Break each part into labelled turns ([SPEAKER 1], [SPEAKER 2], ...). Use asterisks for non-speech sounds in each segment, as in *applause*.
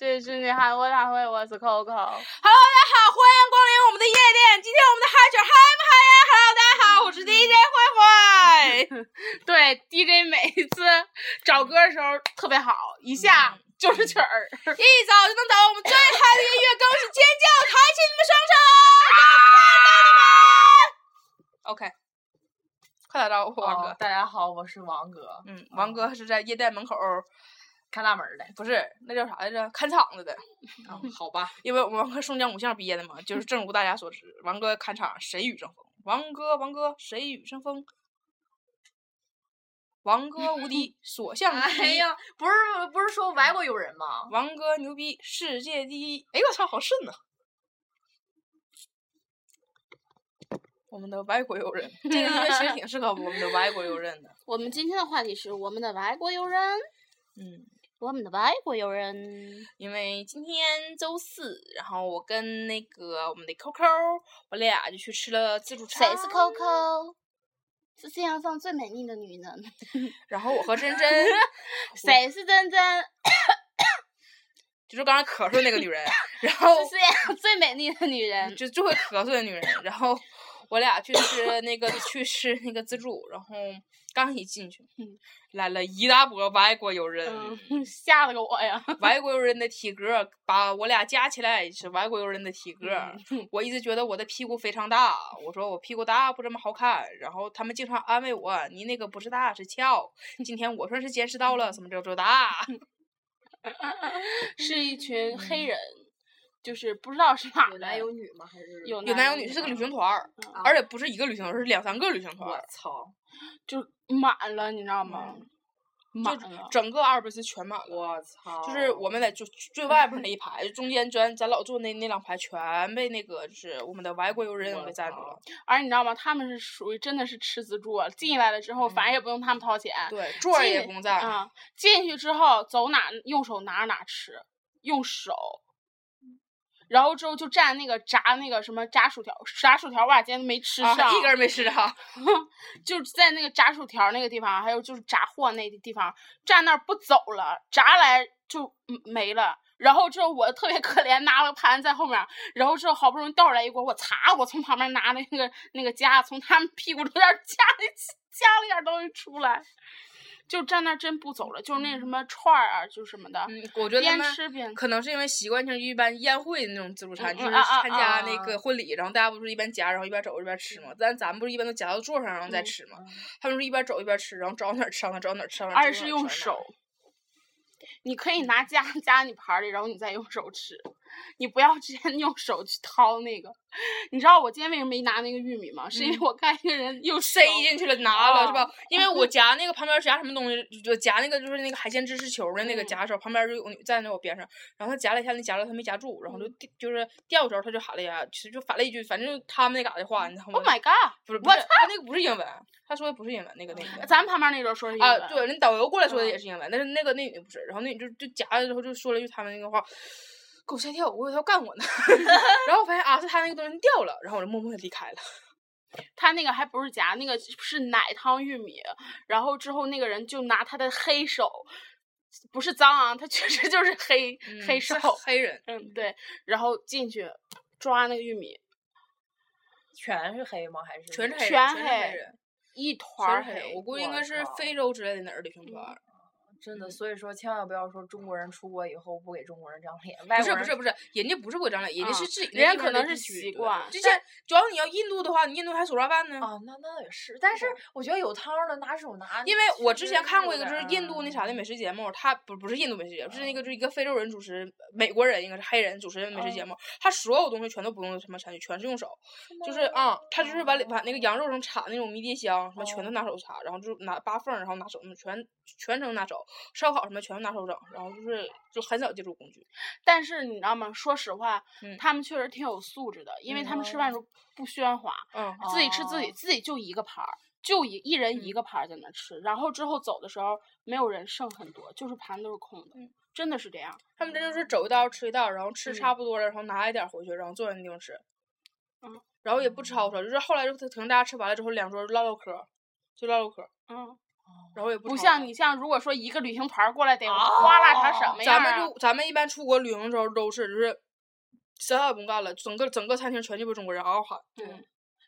[SPEAKER 1] 里是你韩国大会，我是 Coco。
[SPEAKER 2] Hello，大家好，欢迎光临我们的夜店。今天我们的嗨曲儿嗨不嗨呀？Hello，大家好，
[SPEAKER 3] *laughs*
[SPEAKER 2] 我是 DJ 坏坏。
[SPEAKER 1] 对，DJ 每一次找歌的时候特别好，一下就是曲儿。
[SPEAKER 2] 一早就能找到我们最嗨的音乐，更是尖叫，抬起你们双手，让我看到你们。OK，快打招呼王
[SPEAKER 1] 哦
[SPEAKER 2] 哥。
[SPEAKER 1] 大家好，我是王哥，
[SPEAKER 2] 嗯，王哥是在夜店门口儿，
[SPEAKER 1] 看大门儿的。
[SPEAKER 2] 不是那叫啥来着？看场子的，
[SPEAKER 3] 嗯
[SPEAKER 1] 哦，好
[SPEAKER 3] *laughs*
[SPEAKER 1] 吧，
[SPEAKER 2] 因为我们王哥宋江武相毕业的嘛，就是正如大家所知，王哥看场谁与争锋？王哥，王哥，谁与争锋？王哥无
[SPEAKER 3] *laughs*
[SPEAKER 2] 敌，所向披
[SPEAKER 1] 哎
[SPEAKER 2] 靡。
[SPEAKER 1] 呀，不是不是说外国友人吗？
[SPEAKER 2] 王哥牛逼，世界第一！哎呦我操，好顺呐、我们的外国友人，这个音乐其实挺适合我们的外国友人的。
[SPEAKER 3] 我们今天的话题是我们的外国友人，
[SPEAKER 2] 嗯，
[SPEAKER 3] 我们的外国友人。
[SPEAKER 2] 因为今天周四，然后我跟那个我们的 QQ，我俩就去吃了自助
[SPEAKER 3] 谁
[SPEAKER 2] 餐。
[SPEAKER 3] 是
[SPEAKER 1] 啊
[SPEAKER 3] Coco？是世界上最美丽的女人。
[SPEAKER 2] 然后我和珍珍，
[SPEAKER 3] 谁是真真？
[SPEAKER 2] 就是刚才咳嗽那个女人，然后
[SPEAKER 1] 哦
[SPEAKER 3] 是世界上最美丽的女人。
[SPEAKER 2] 就就会咳嗽的女人。然后我俩去吃那个去吃那个自助，然后刚一进去，来了一大波外国友人，
[SPEAKER 3] *laughs*
[SPEAKER 1] 嗯，吓得个我呀！
[SPEAKER 2] 外国友人的体格儿把我俩加起来也是外国友人的体格儿。我一直觉得我的屁股非常大，我说我屁股大不怎么好看，然后他们经常安慰我，你那个不是大是翘。今天我算是见识到了什么叫做大。
[SPEAKER 1] 是
[SPEAKER 2] 嗯
[SPEAKER 1] 一群黑人，就是不知道是哪儿的，
[SPEAKER 3] 女吗？还是
[SPEAKER 1] 有
[SPEAKER 2] 有男有女，是个旅行团儿，
[SPEAKER 3] 嗯
[SPEAKER 2] 而且不是一个旅行团儿，是两三个旅行团
[SPEAKER 1] 我
[SPEAKER 2] 儿。
[SPEAKER 1] 操，就满了，你知道吗？满
[SPEAKER 2] 嗯就
[SPEAKER 1] 了，
[SPEAKER 2] 整个阿尔卑斯全满了。
[SPEAKER 1] 我操
[SPEAKER 2] 就是我们在最最外边儿那一排，就中间咱咱老坐那那两排全被那个就是我们的外国友人
[SPEAKER 1] 我
[SPEAKER 2] 给占住
[SPEAKER 1] 操
[SPEAKER 2] 了。
[SPEAKER 1] 而你知道吗？他们是属于真的是吃自助，啊进来了之后，反正也不用他们掏钱。
[SPEAKER 2] 嗯对，座儿也
[SPEAKER 1] 进
[SPEAKER 2] 不用占。
[SPEAKER 1] 啊、进去之后走哪用手拿着哪吃，用手。
[SPEAKER 2] 嗯
[SPEAKER 1] 然后之后就蘸那个炸那个什么炸薯条，炸薯条我俩今天都没吃
[SPEAKER 2] 啊
[SPEAKER 1] 上，
[SPEAKER 2] 一根儿没吃上。
[SPEAKER 1] 就是在那个炸薯条那个地方，还有就是炸货那个地方，站那儿不走了，炸来就嗯没了。然后之后我特别可怜，拿了盘在后面儿，然后之后好不容易倒出来一锅，我擦，我从旁边拿那个那个夹，从他们屁股中间儿夹了一夹了一点儿东西出来，就站那儿真不走了，就是那什么串儿啊，就是什么的，
[SPEAKER 2] 嗯，我觉得他
[SPEAKER 1] 边
[SPEAKER 2] 们
[SPEAKER 1] 吃边
[SPEAKER 2] 可能是因为习惯性一般宴会那种自助餐，
[SPEAKER 1] 嗯
[SPEAKER 2] 就
[SPEAKER 1] 嗯
[SPEAKER 2] 是
[SPEAKER 1] 啊啊
[SPEAKER 2] 参加
[SPEAKER 1] 啊
[SPEAKER 2] 那
[SPEAKER 1] 啊
[SPEAKER 2] 个婚礼，然后大家不是一边夹，然后一边走一边吃嘛。但咱们不是一般都夹到座上然后再
[SPEAKER 1] 嗯
[SPEAKER 2] 吃嘛？他们是一边走一边吃，然后找哪儿吃到哪儿，找哪儿吃到哪儿。
[SPEAKER 1] 而
[SPEAKER 2] 找
[SPEAKER 1] 是
[SPEAKER 2] 哪儿
[SPEAKER 1] 用
[SPEAKER 2] 吃到哪儿
[SPEAKER 1] 手。你可
[SPEAKER 2] 嗯
[SPEAKER 1] 以拿夹夹你盘儿里，然后你再用手吃，你不要直接用手去掏那个。你知道我今天为什么没拿那个玉米吗？是因为
[SPEAKER 2] 嗯
[SPEAKER 1] 我看一个人用手
[SPEAKER 2] 塞进去了，拿了、是吧
[SPEAKER 1] 啊？
[SPEAKER 2] 因为 *laughs* 我夹那个旁边夹什么东西，就夹那个就是那个海鲜芝士球的那个
[SPEAKER 1] 嗯
[SPEAKER 2] 夹手，旁边就有女站在我边上，然后他夹了一下，那夹了他没夹住，然后就掉就是掉的时候他就喊了一下，其实就反了一句，反正就他们那嘎达话，你知道吗
[SPEAKER 1] ，Oh my god！
[SPEAKER 2] 不是，不
[SPEAKER 1] 我
[SPEAKER 2] 是，他那个不是英文，他说的不是哦英文，那个哦那个。
[SPEAKER 1] 咱们旁边那桌说是
[SPEAKER 2] 嗯啊
[SPEAKER 1] 英，文
[SPEAKER 2] 对，那导游过来说的
[SPEAKER 1] 嗯
[SPEAKER 2] 也是英文，但是那个那女不是，然后那女就就夹了之后就说了一句他们那个话，给我吓一跳，我以为他要干我 *laughs* 呢，然后我发现啊是他那个东西掉了，然后我就默默的离开了。
[SPEAKER 1] 他那个还不是夹，那个是奶汤玉米，然后之后那个人就拿他的黑手，不是脏啊，他确实就是黑、
[SPEAKER 2] 嗯
[SPEAKER 1] 黑手
[SPEAKER 2] 是，黑人
[SPEAKER 1] 嗯对，然后进去抓那个玉米，
[SPEAKER 4] 全是黑吗？还是
[SPEAKER 2] 全是黑人，
[SPEAKER 1] 全
[SPEAKER 2] 是
[SPEAKER 1] 黑
[SPEAKER 2] 黑人。
[SPEAKER 1] 一团
[SPEAKER 2] 全
[SPEAKER 1] 儿
[SPEAKER 2] 是黑，我估计
[SPEAKER 4] 我
[SPEAKER 2] 应该是
[SPEAKER 4] 靠
[SPEAKER 2] 非洲之类的哪儿旅行团儿。
[SPEAKER 4] 真
[SPEAKER 2] 嗯
[SPEAKER 4] 的？所以说，千万不要说中国人出国以后不给中国人长脸，
[SPEAKER 2] 不
[SPEAKER 4] 外
[SPEAKER 2] 是
[SPEAKER 4] 国
[SPEAKER 2] 不
[SPEAKER 4] 人
[SPEAKER 2] 是不是，人家不是国长脸，人家
[SPEAKER 1] 啊
[SPEAKER 2] 是自己那
[SPEAKER 1] 人家
[SPEAKER 2] 地方
[SPEAKER 1] 可
[SPEAKER 2] 的
[SPEAKER 1] 能
[SPEAKER 2] 地
[SPEAKER 1] 是
[SPEAKER 2] 区
[SPEAKER 1] 习
[SPEAKER 2] 对
[SPEAKER 1] 惯
[SPEAKER 2] 这些主要你要印度的话，你印度还手抓饭呢。
[SPEAKER 4] 啊，那那也是，但是我觉得有汤儿的拿手拿，
[SPEAKER 2] 因为我之前看过一个，就是
[SPEAKER 4] 有点
[SPEAKER 2] 印度那啥的
[SPEAKER 4] 儿啊
[SPEAKER 2] 美食节目，他不不是印度美食节目，是那个就是一个非洲人主持，美国人应该是黑人主持的美食节目，他所有东西全都不用什么餐具，全是用手，就是啊、嗯，他就是把里把那个羊肉上插那种迷迭香，什么全都拿手插，然后就拿扒缝儿，然后拿手弄，全全程拿手，烧烤什么全都拿手整，然后就是就很少借助工具。
[SPEAKER 1] 但是你知道吗？说实话，
[SPEAKER 2] 嗯
[SPEAKER 1] 他们确实挺有素质的，因为
[SPEAKER 2] 嗯
[SPEAKER 1] 他们吃饭时候不喧哗，
[SPEAKER 2] 嗯，
[SPEAKER 1] 自己吃自己，自己就一个盘儿，就一一人一个盘儿在那吃，然后之后走的时候没有人剩很多，就是盘都是空的，
[SPEAKER 2] 嗯
[SPEAKER 1] 真的是这样。
[SPEAKER 2] 他们这就是走一道吃一道，然后吃差不多了，然后拿一点儿回去，然后坐在那地方吃。
[SPEAKER 1] 嗯。
[SPEAKER 2] 然后也不吵吵，就是后来就可能大家吃完了之后，两桌就唠唠嗑儿，就唠唠嗑儿。
[SPEAKER 1] 嗯，
[SPEAKER 4] 啊
[SPEAKER 2] 然后也不
[SPEAKER 1] 不
[SPEAKER 2] 炒
[SPEAKER 1] 像
[SPEAKER 2] 了
[SPEAKER 1] 你像如果说一个旅行团儿过来得
[SPEAKER 2] 啊
[SPEAKER 1] 花啦成什么样
[SPEAKER 2] 咱
[SPEAKER 1] 儿
[SPEAKER 2] 们
[SPEAKER 1] 啊？
[SPEAKER 2] 就咱们一般出国旅行的时候都是就是啥也不干了，整个整个餐厅全鸡巴中国人嗷嗷喊，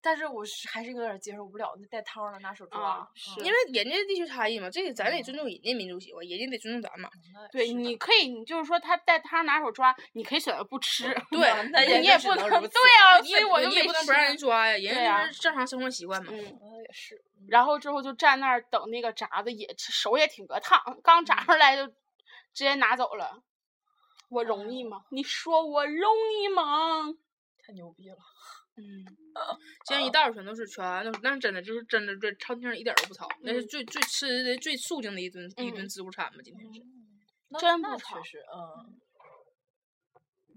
[SPEAKER 4] 但是我是还是有点接受不了那带汤儿的拿手抓，
[SPEAKER 1] 啊
[SPEAKER 4] 嗯
[SPEAKER 2] 因为人家地区差异嘛，这个咱
[SPEAKER 1] 嗯
[SPEAKER 2] 得尊重人家民族习惯，人家得尊
[SPEAKER 1] *laughs*
[SPEAKER 2] 重咱们。
[SPEAKER 4] 那
[SPEAKER 1] 对，
[SPEAKER 4] 是的
[SPEAKER 1] 你可以，你就是说他带汤拿手抓，你可以选择不吃， *laughs*
[SPEAKER 2] 对
[SPEAKER 4] 那
[SPEAKER 1] 你
[SPEAKER 4] 也
[SPEAKER 1] 也
[SPEAKER 4] 只
[SPEAKER 1] 不
[SPEAKER 4] 能
[SPEAKER 1] 能
[SPEAKER 4] 如此
[SPEAKER 1] 对啊，
[SPEAKER 2] 你
[SPEAKER 1] 所
[SPEAKER 2] 也
[SPEAKER 1] 以
[SPEAKER 2] 不
[SPEAKER 1] 我
[SPEAKER 2] 能
[SPEAKER 1] 就
[SPEAKER 2] 你也
[SPEAKER 1] 没
[SPEAKER 2] 不能
[SPEAKER 1] 吃
[SPEAKER 2] 不让人抓呀，人
[SPEAKER 1] 对
[SPEAKER 2] 家
[SPEAKER 1] 啊
[SPEAKER 2] 就是正常生活习惯嘛。
[SPEAKER 1] 嗯，
[SPEAKER 4] 嗯也是，
[SPEAKER 1] 然后之后就站那儿等那个炸的也手也挺个烫，
[SPEAKER 2] 嗯
[SPEAKER 1] 刚炸上来就直接拿走了。我容易吗？你说我容易吗？
[SPEAKER 4] 太牛逼了。
[SPEAKER 2] 嗯 *laughs* 现在一袋全都是，全都是，但是真的就是真的，对餐厅一点儿都不糙，那是最最吃的最肃静的一顿一顿自助餐嘛，今天是。
[SPEAKER 4] 那
[SPEAKER 1] 真
[SPEAKER 4] 那
[SPEAKER 1] 不
[SPEAKER 4] 确
[SPEAKER 1] 炒
[SPEAKER 4] 实，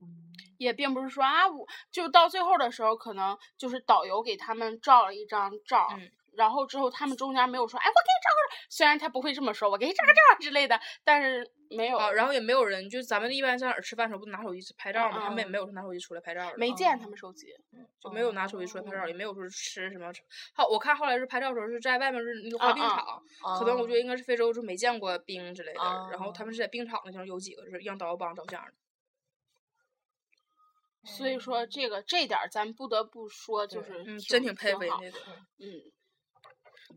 [SPEAKER 4] 嗯，
[SPEAKER 1] 也并不是说啊，我就到最后的时候，可能就是导游给他们照了一张照，
[SPEAKER 2] 嗯
[SPEAKER 1] 然后之后他们中间没有说，哎，我给你照个照，虽然他不会这么说，我给你照个照之类的，但是没有，
[SPEAKER 2] 啊，然后也没有人，就是咱们一般在哪儿吃饭的时候不拿手机拍照嘛，他们也
[SPEAKER 1] 嗯
[SPEAKER 2] 没有说拿手机出来拍照的，
[SPEAKER 1] 没见他们手机，
[SPEAKER 2] 哦就啊
[SPEAKER 4] 嗯
[SPEAKER 2] 没有哦拿手机出来拍照，也没有说吃什么。好，我看后来是拍照的时候是在外面是那个滑冰
[SPEAKER 1] 嗯嗯
[SPEAKER 2] 场，可能我觉
[SPEAKER 4] 得
[SPEAKER 2] 得应该是非洲就没见过冰之类的，然后他
[SPEAKER 4] 哦
[SPEAKER 2] 们是在冰场那上有几个是让导游帮照相的，
[SPEAKER 1] 所以说这个这点儿咱不得不说，就是
[SPEAKER 4] 对
[SPEAKER 2] 嗯，真挺佩服人
[SPEAKER 1] 好
[SPEAKER 2] 家的。
[SPEAKER 1] 嗯，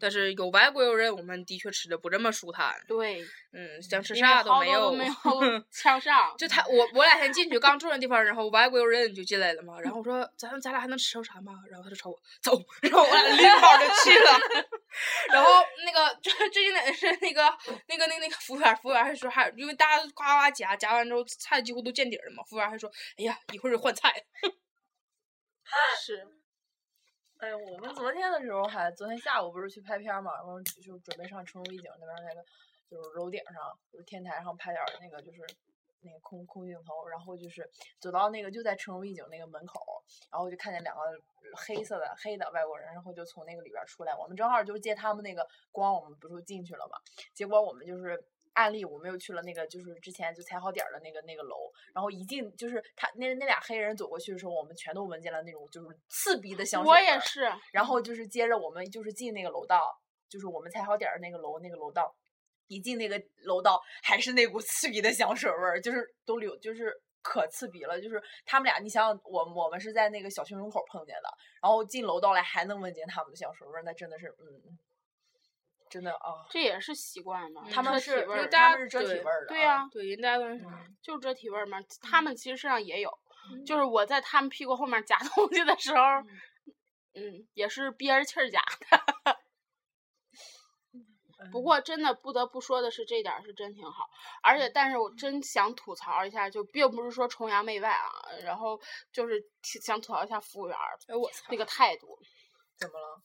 [SPEAKER 2] 但是有外国友人，我们的确吃的不这么舒坦，
[SPEAKER 1] 对，
[SPEAKER 2] 嗯，想吃
[SPEAKER 1] 因为
[SPEAKER 2] 啥都
[SPEAKER 1] 好
[SPEAKER 2] 没
[SPEAKER 1] 多
[SPEAKER 2] 有，
[SPEAKER 1] 没
[SPEAKER 2] *laughs*
[SPEAKER 1] 有抢上，
[SPEAKER 2] 就他我我俩先进去刚坐那地方，然后外国友人就进来了嘛，然后我说咱咱俩还能吃着啥吗？然后他就瞅我走，然后我俩拎包就去了。 *laughs* 然后那个最最经典的是那个那个那个那个服务员，服务员还说还因为大家呱呱夹夹完之后菜几乎都见底儿了嘛，服务员还说哎呀一会儿换菜，
[SPEAKER 1] 是
[SPEAKER 4] 哎呦，我们昨天的时候还，昨天下午不是去拍片儿嘛，然后就准备上成都一景那边儿那个，就是楼顶上，就是天台上拍点儿那个，就是那个空空镜头，然后就是走到那个就在成都一景那个门口，然后就看见两个黑色的黑的外国人，然后就从那个里边儿出来，我们正好就是借他们那个光，我们不是进去了嘛，结果我们就是。案例我们又去了那个，就是之前就踩好点儿的那个那个楼，然后一进就是他那那俩黑人走过去的时候，我们全都闻见了那种就是刺鼻的香水
[SPEAKER 1] 我
[SPEAKER 4] 味儿。
[SPEAKER 1] 也是，
[SPEAKER 4] 然后就是接着我们就是进那个楼道，就是我们踩好点儿那个楼那个楼道，一进那个楼道还是那股 *laughs* 刺鼻的香水味儿，就是都流就是。可刺鼻了，就是他们俩，你想想，我我们是在那个小区门口碰见的，然后进楼道来还能闻见他们的香水味儿，那真的是，嗯，真的啊，
[SPEAKER 1] 这也是习惯吧，
[SPEAKER 2] 嗯
[SPEAKER 4] 他们
[SPEAKER 1] 遮
[SPEAKER 4] 是
[SPEAKER 1] 体味
[SPEAKER 2] 因为
[SPEAKER 1] 儿
[SPEAKER 2] 大
[SPEAKER 4] 他
[SPEAKER 2] 家
[SPEAKER 4] 们是遮体
[SPEAKER 2] 对
[SPEAKER 4] 味儿的，啊嗯
[SPEAKER 1] 对呀、，
[SPEAKER 2] 对人家都那啥，
[SPEAKER 1] 就遮体味儿嘛，他
[SPEAKER 2] 嗯
[SPEAKER 1] 们其实身上也有，
[SPEAKER 4] 嗯
[SPEAKER 1] 就是我在他们屁股后面夹 *laughs* 东西的时候，嗯，也是憋着气儿夹的。 *laughs* 不
[SPEAKER 2] 嗯
[SPEAKER 1] 过真的不得不说的是，这点儿是真挺好，而且但是我真想吐槽一下，就并不是说崇洋媚外啊，然后就是挺想吐槽一下服务员儿
[SPEAKER 2] 哎我操
[SPEAKER 1] 那，个态度，
[SPEAKER 4] 怎么了？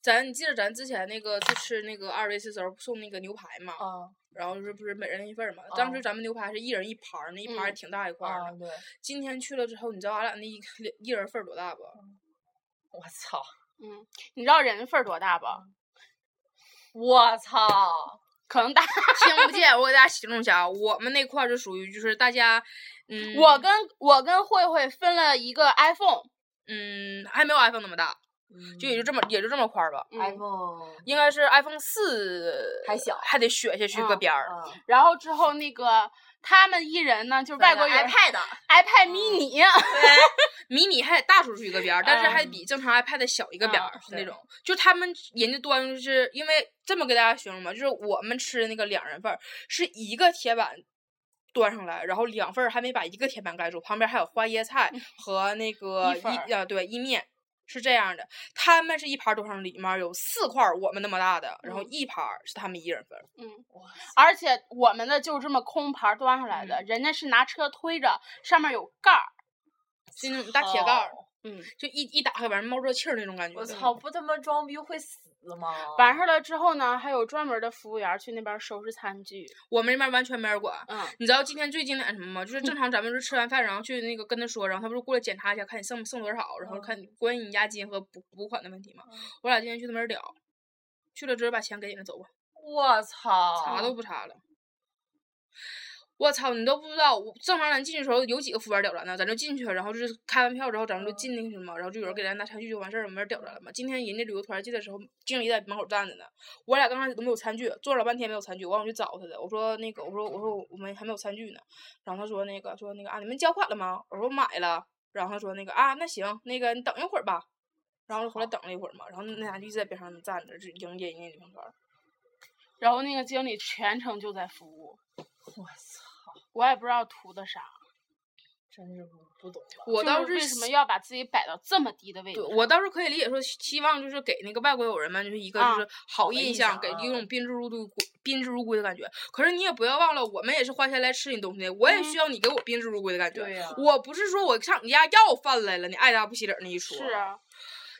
[SPEAKER 2] 咱你记得咱之前那个去吃那个二维时候送那个牛排嘛，
[SPEAKER 4] 啊
[SPEAKER 2] 然后是不是每人一份儿嘛？当时咱们牛排是一人一盘儿，那一盘儿
[SPEAKER 1] 嗯
[SPEAKER 2] 挺大一块儿
[SPEAKER 4] 啊，
[SPEAKER 2] 的。
[SPEAKER 4] 对，
[SPEAKER 2] 今天去了之后，你知道俺俩那一一人份儿多大不？
[SPEAKER 4] 我操，
[SPEAKER 1] 嗯，你知道人份儿多大吧？
[SPEAKER 2] 嗯
[SPEAKER 4] 我操，
[SPEAKER 1] 可能大，
[SPEAKER 2] 听不见，我给大家形容一下啊，我们那块儿是属于就是大家，嗯，
[SPEAKER 1] 我跟我跟慧慧分了一个 iPhone，
[SPEAKER 2] 嗯还没有 iPhone 那么大，就也就这么也就这么块儿吧，
[SPEAKER 1] 嗯
[SPEAKER 4] 嗯 iPhone
[SPEAKER 2] 应该是 iPhone 四
[SPEAKER 4] 还小
[SPEAKER 2] 还得削下去个
[SPEAKER 1] 嗯
[SPEAKER 2] 边儿。
[SPEAKER 4] 啊，
[SPEAKER 1] 然后之后那个他们一人呢，就是外国人
[SPEAKER 4] iPad，
[SPEAKER 1] iPad
[SPEAKER 2] 嗯
[SPEAKER 1] mini，、
[SPEAKER 2] 迷你还得大出去一个边儿，但是还比正常 iPad 小一个边儿，是那
[SPEAKER 4] 对
[SPEAKER 2] 种。就他们人家端，就是因为这么给大家形容吧，就是我们吃的那个两人份儿是一个铁板端上来，然后两份儿还没把一个铁板盖住，旁边还有花椰菜和那个
[SPEAKER 1] 意粉儿
[SPEAKER 2] 一啊对意面。是这样的，他们是一盘儿多上，里面有四块儿我们那么大的，然后
[SPEAKER 1] 嗯
[SPEAKER 2] 一盘儿是他们一人份儿。
[SPEAKER 1] 而且我们的就这么空盘儿端上来的，
[SPEAKER 2] 嗯
[SPEAKER 1] 人家是拿车推着，上面有盖儿，
[SPEAKER 2] 就那种大铁盖儿，
[SPEAKER 1] 嗯，
[SPEAKER 2] 就一一打开完冒热气儿那种感觉。
[SPEAKER 4] 我操，！不他妈装逼会死吗？
[SPEAKER 1] 完事儿了之后呢，还有专门的服务员儿去那边儿收拾餐具，
[SPEAKER 2] 我们那边完全没人管，
[SPEAKER 1] 嗯，
[SPEAKER 2] 你知道今天最经典是什么吗？就是正常咱们是吃完饭，然后去那个跟他说，然后他不是过来检查一下，看你剩剩多少，然后看你关于你押金和补补款的问题嘛。我俩今天去他那儿聊，去了之后把钱给人家走吧，
[SPEAKER 4] 我操，
[SPEAKER 2] 查都不查了。我操，你都不知道，我正常咱进去的时候有几个服务员屌咱呢，咱就进去了，然后就是开完票之后，咱们就进那个什么，然后就有人给咱拿餐具就完事儿了，没人屌咱了嘛。今天人家旅游团进的时候，经理在门口站着呢，我俩刚开始都没有餐具，坐了老半天没有餐具，我往去找他的，我说那个，我说我说我们还没有餐具呢，然后他说那个说那个啊，你们交款了吗？我说买了，然后他说那个啊，那行，那个你等一会儿吧。然后回来等了一会儿嘛，然后那俩就一直在边上站着，就迎接人家旅行团。
[SPEAKER 1] 然后那个经理全程就在服务，
[SPEAKER 4] 我操，
[SPEAKER 1] 我也不知道图的啥。
[SPEAKER 4] 真是不不懂了。
[SPEAKER 2] 我
[SPEAKER 1] 就
[SPEAKER 2] 倒
[SPEAKER 1] 是为
[SPEAKER 2] 是
[SPEAKER 1] 什么要把自己摆到这么低的位置
[SPEAKER 2] 对
[SPEAKER 1] 上？
[SPEAKER 2] 我倒是可以理解，说希希望就是给那个外国友人们就是一个
[SPEAKER 1] 啊
[SPEAKER 2] 就是好
[SPEAKER 4] 的
[SPEAKER 2] 印
[SPEAKER 4] 印
[SPEAKER 2] 象，
[SPEAKER 4] 象
[SPEAKER 2] 给
[SPEAKER 4] 啊
[SPEAKER 2] 一种宾至如归、宾至如归的感觉。可是你也不要忘了，我们也是花钱来吃你东西，我也需要你给我宾至如归的感觉。
[SPEAKER 4] 对呀
[SPEAKER 2] 我不是说我上你家要饭来了，你爱搭不起理儿那一说。
[SPEAKER 1] 是啊，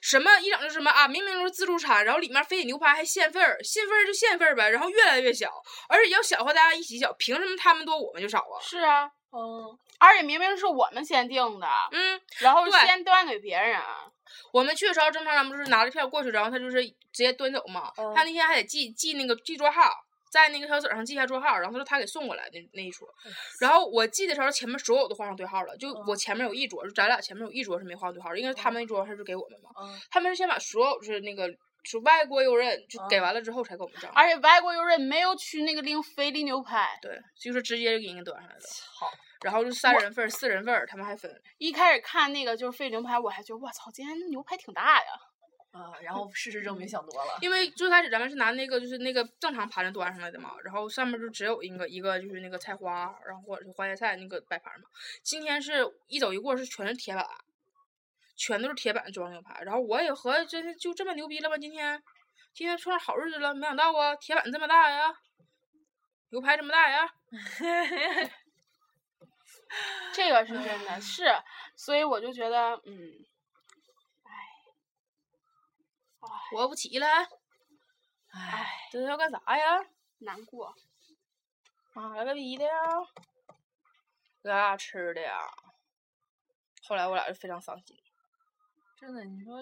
[SPEAKER 2] 什么一整就什么啊，明明都是自助餐，然后里面非得牛排还限份儿，限份儿就限份儿呗，然后越来越小，而且要小和大家一起小，凭什么他们多我们就少啊？
[SPEAKER 1] 是啊，
[SPEAKER 4] 嗯，
[SPEAKER 1] 而且明明是我们先定的，
[SPEAKER 2] 嗯，
[SPEAKER 1] 然后
[SPEAKER 2] 对
[SPEAKER 1] 先端给别人，啊
[SPEAKER 2] 我们去的时候，正常咱们就是拿着票过去，然后他就是直接端走嘛。
[SPEAKER 4] 嗯
[SPEAKER 2] 他那天还得记记那个记桌号，在那个小纸上记一下桌号，然后他说他给送过来那那一桌。然后我记的时候，前面所有都画上对号了，就我前面有一桌，就咱俩前面有一桌是没画上对号的，因为他们那桌他是给我们嘛。
[SPEAKER 4] 嗯
[SPEAKER 2] 他们是先把所有就是那个是外国友人就给完了之后才给我们账。
[SPEAKER 1] 而且外国友人没有去那个拎菲力牛排，
[SPEAKER 2] 对，就是直接就给人端上来了。
[SPEAKER 4] 操，
[SPEAKER 2] 然后就三人份儿、四人份儿，他们还分。
[SPEAKER 1] 一开始看那个就是菲力牛排，我还觉得我操，今天牛排挺大呀，
[SPEAKER 4] 啊，然后事实证明想多了。
[SPEAKER 2] 因为最开始咱们是拿那个就是那个正常盘子端上来的嘛，然后上面就只有一个一个就是那个菜花，然后或者是花椰菜那个摆盘嘛。今天是一走一过是全是铁板，全都是铁板装牛排。然后我也合计真是就这么牛逼了吗？今天今天碰上好日子了，没想到啊，铁板这么大呀，牛排这么大呀。
[SPEAKER 1] 这个是真的，是，所以我就觉得，嗯，
[SPEAKER 2] 活不起了，
[SPEAKER 4] *laughs* 唉，
[SPEAKER 2] 这是要干啥呀？
[SPEAKER 1] 难过。
[SPEAKER 2] 妈了个逼的呀！给俺俩啊吃的呀。后来我俩就非常伤心。
[SPEAKER 4] 真的，你说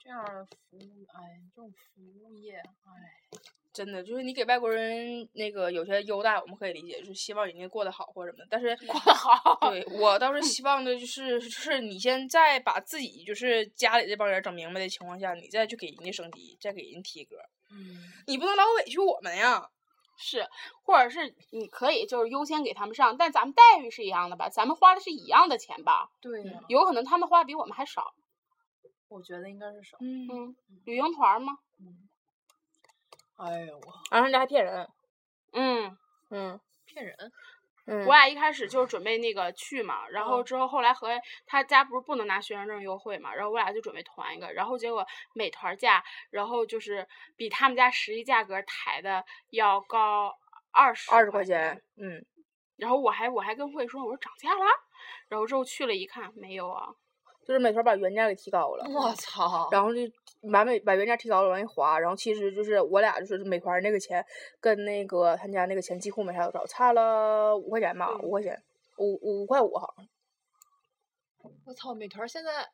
[SPEAKER 4] 这样的服务，哎，这种服务业，哎，
[SPEAKER 2] 真的就是你给外国人那个有些优待，我们可以理解，就是希望人家过得好或者什么的。但是过得好，对我 *laughs* 倒是希望的就是就是你先在把自己就是家里这帮人整明白的情况下，你再去给人家升级，再给人提格，
[SPEAKER 4] 嗯，
[SPEAKER 2] 你不能老委屈我们呀。
[SPEAKER 1] 是，或者是你可以就是优先给他们上，但咱们待遇是一样的吧？咱们花的是一样的钱吧？
[SPEAKER 4] 对呀、
[SPEAKER 1] 有可能他们花的比我们还少。
[SPEAKER 4] 我觉得应该是少。
[SPEAKER 2] 嗯
[SPEAKER 1] 嗯，旅行团嘛，
[SPEAKER 4] 哎呦我
[SPEAKER 2] 然后人家还骗人，
[SPEAKER 1] 嗯，
[SPEAKER 2] 嗯
[SPEAKER 4] 骗人，
[SPEAKER 2] 嗯
[SPEAKER 1] 我俩一开始就是准备那个去嘛，然后
[SPEAKER 4] 嗯
[SPEAKER 1] 之后后来合计他家不是不能拿学生证优惠嘛，然后我俩就准备团一个，然后结果美团价，然后就是比他们家实际价格抬的要高二十
[SPEAKER 2] 二十块钱，嗯，
[SPEAKER 1] 然后我还我还跟慧说，我说涨价了，然后之后去了一看，没有啊，
[SPEAKER 2] 就是美团把原价给提高了。
[SPEAKER 4] 我操！
[SPEAKER 2] 然后就把美把原价提高了往一划，然后其实就是我俩就是美团那个钱跟那个他家那个钱几乎没差多少，差了五块钱吧，五块钱，五五块五好像
[SPEAKER 4] 我操，美团现在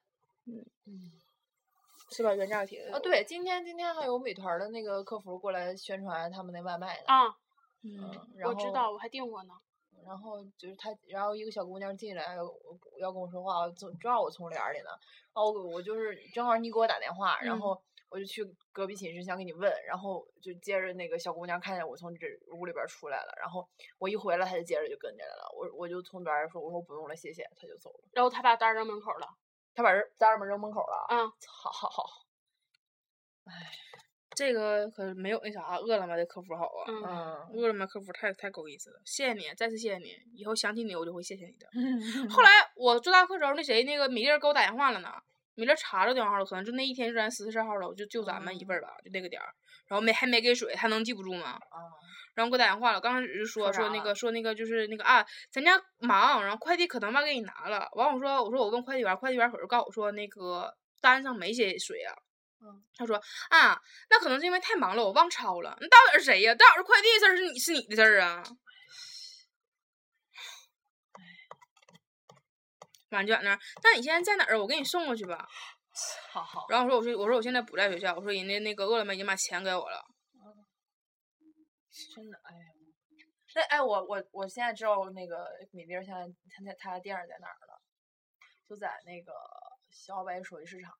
[SPEAKER 2] 是吧？原价提的
[SPEAKER 4] 啊，，对，今天今天还有美团的那个客服过来宣传他们那外卖呢。
[SPEAKER 1] 啊，
[SPEAKER 2] 嗯，
[SPEAKER 4] 嗯，然
[SPEAKER 1] 我
[SPEAKER 4] 后
[SPEAKER 1] 知道，我还订过呢，
[SPEAKER 4] 然后就是他，然后一个小姑娘进来，哎我要跟我说话，我正正好我从帘儿里呢，然后我我就是正好你给我打电话，然
[SPEAKER 2] 嗯
[SPEAKER 4] 后我就去隔壁寝室想给你问，然后就接着那个小姑娘看见我从这屋里边儿出来了，然后我一回来，她就接着就跟进来了，我我就从边儿说，我说不用了，谢谢，她就走了，
[SPEAKER 1] 然后他把单儿扔门口了，
[SPEAKER 4] 她把人家人们扔门口了，
[SPEAKER 1] 嗯，
[SPEAKER 4] 操，
[SPEAKER 2] 这个可没有那啥饿了么的客服好啊，
[SPEAKER 1] 嗯，
[SPEAKER 4] 嗯，
[SPEAKER 2] 饿了么客服太太够意思了，谢谢你，再次谢谢你，以后想起你我就会谢谢你的。
[SPEAKER 4] 嗯 *laughs*
[SPEAKER 2] 后来我做大课时候，那谁那个米粒儿给我打电话了呢？米粒儿查着电话号了，可能就那一天就咱十四号了，我就就咱们一份儿吧，就那个点儿。然后没还没给水，他能记不住吗？
[SPEAKER 4] 啊，
[SPEAKER 2] 然后给我打电话了，刚开始就说
[SPEAKER 4] 说啥
[SPEAKER 2] 说那
[SPEAKER 4] 了
[SPEAKER 2] 个说那个就是那个啊，咱家忙，然后快递可能吧给你拿了。完我说我说我问快递员儿，快递员儿可是告诉我说那个单上没写水啊。
[SPEAKER 4] 嗯
[SPEAKER 2] 他说啊，那可能是因为太忙了，我忘抄了。那到底是谁呀、到底是快递的事儿是你是你的事儿啊？完就在那儿，那你现在在哪儿？啊我给你送过去吧。
[SPEAKER 4] 好好，
[SPEAKER 2] 然后我说我说我说我现在不在学校，我说人家那个饿了么已经把钱给我了。
[SPEAKER 4] 真的，哎呀，那哎，我我我现在知道那个米粒儿现在他他他店儿在哪儿了，就在那个小北手艺市场，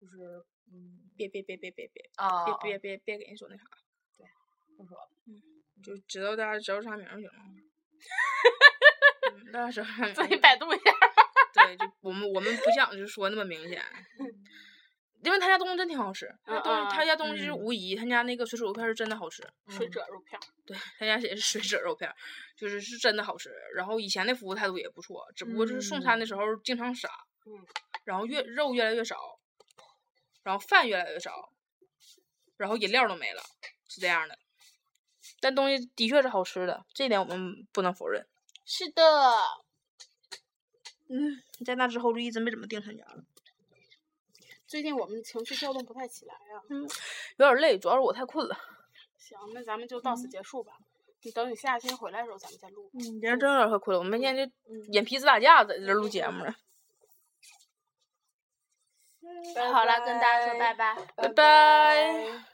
[SPEAKER 4] 就是嗯
[SPEAKER 2] 别别别别别别
[SPEAKER 4] 啊，
[SPEAKER 2] 别别别别给人说那啥，
[SPEAKER 4] 不说了
[SPEAKER 2] 就知道大家知道啥名儿就
[SPEAKER 4] *laughs*
[SPEAKER 2] 行了。嗯大家知道啥名儿
[SPEAKER 1] 自己
[SPEAKER 2] 就
[SPEAKER 1] 百度一下。
[SPEAKER 2] 对，就我们我们不想就说那么明显，因为他家东西真挺好吃，他家东西他家东西是
[SPEAKER 4] 嗯嗯
[SPEAKER 2] 无疑，他家那个水煮肉片儿是真的好吃，
[SPEAKER 1] 水
[SPEAKER 4] 嗯
[SPEAKER 1] 煮肉片儿，
[SPEAKER 2] 对他家也是水煮肉片儿，就是是真的好吃。然后以前的服务态度也不错，只不过就是送餐的时候经常傻，
[SPEAKER 1] 嗯，
[SPEAKER 2] 然后越肉越来越少，然后饭越来越少，然后饮料都没了，是这样的。但东西的确是好吃的，这一点我们不能否认。
[SPEAKER 1] 是的，
[SPEAKER 2] 嗯，在那之后就一直没怎么订他家了。
[SPEAKER 1] 最近我们情绪调动不太起来呀、
[SPEAKER 2] 有点累，主要是我太困了。
[SPEAKER 1] 行，那咱们就到此结束吧。你等你下一天回来的时候，咱们再录。
[SPEAKER 2] 嗯，今天真有点太困了，我们现在就眼皮子打架，在这儿录节目了。
[SPEAKER 1] 嗯好了，跟大家说拜拜。
[SPEAKER 2] 嗯拜拜。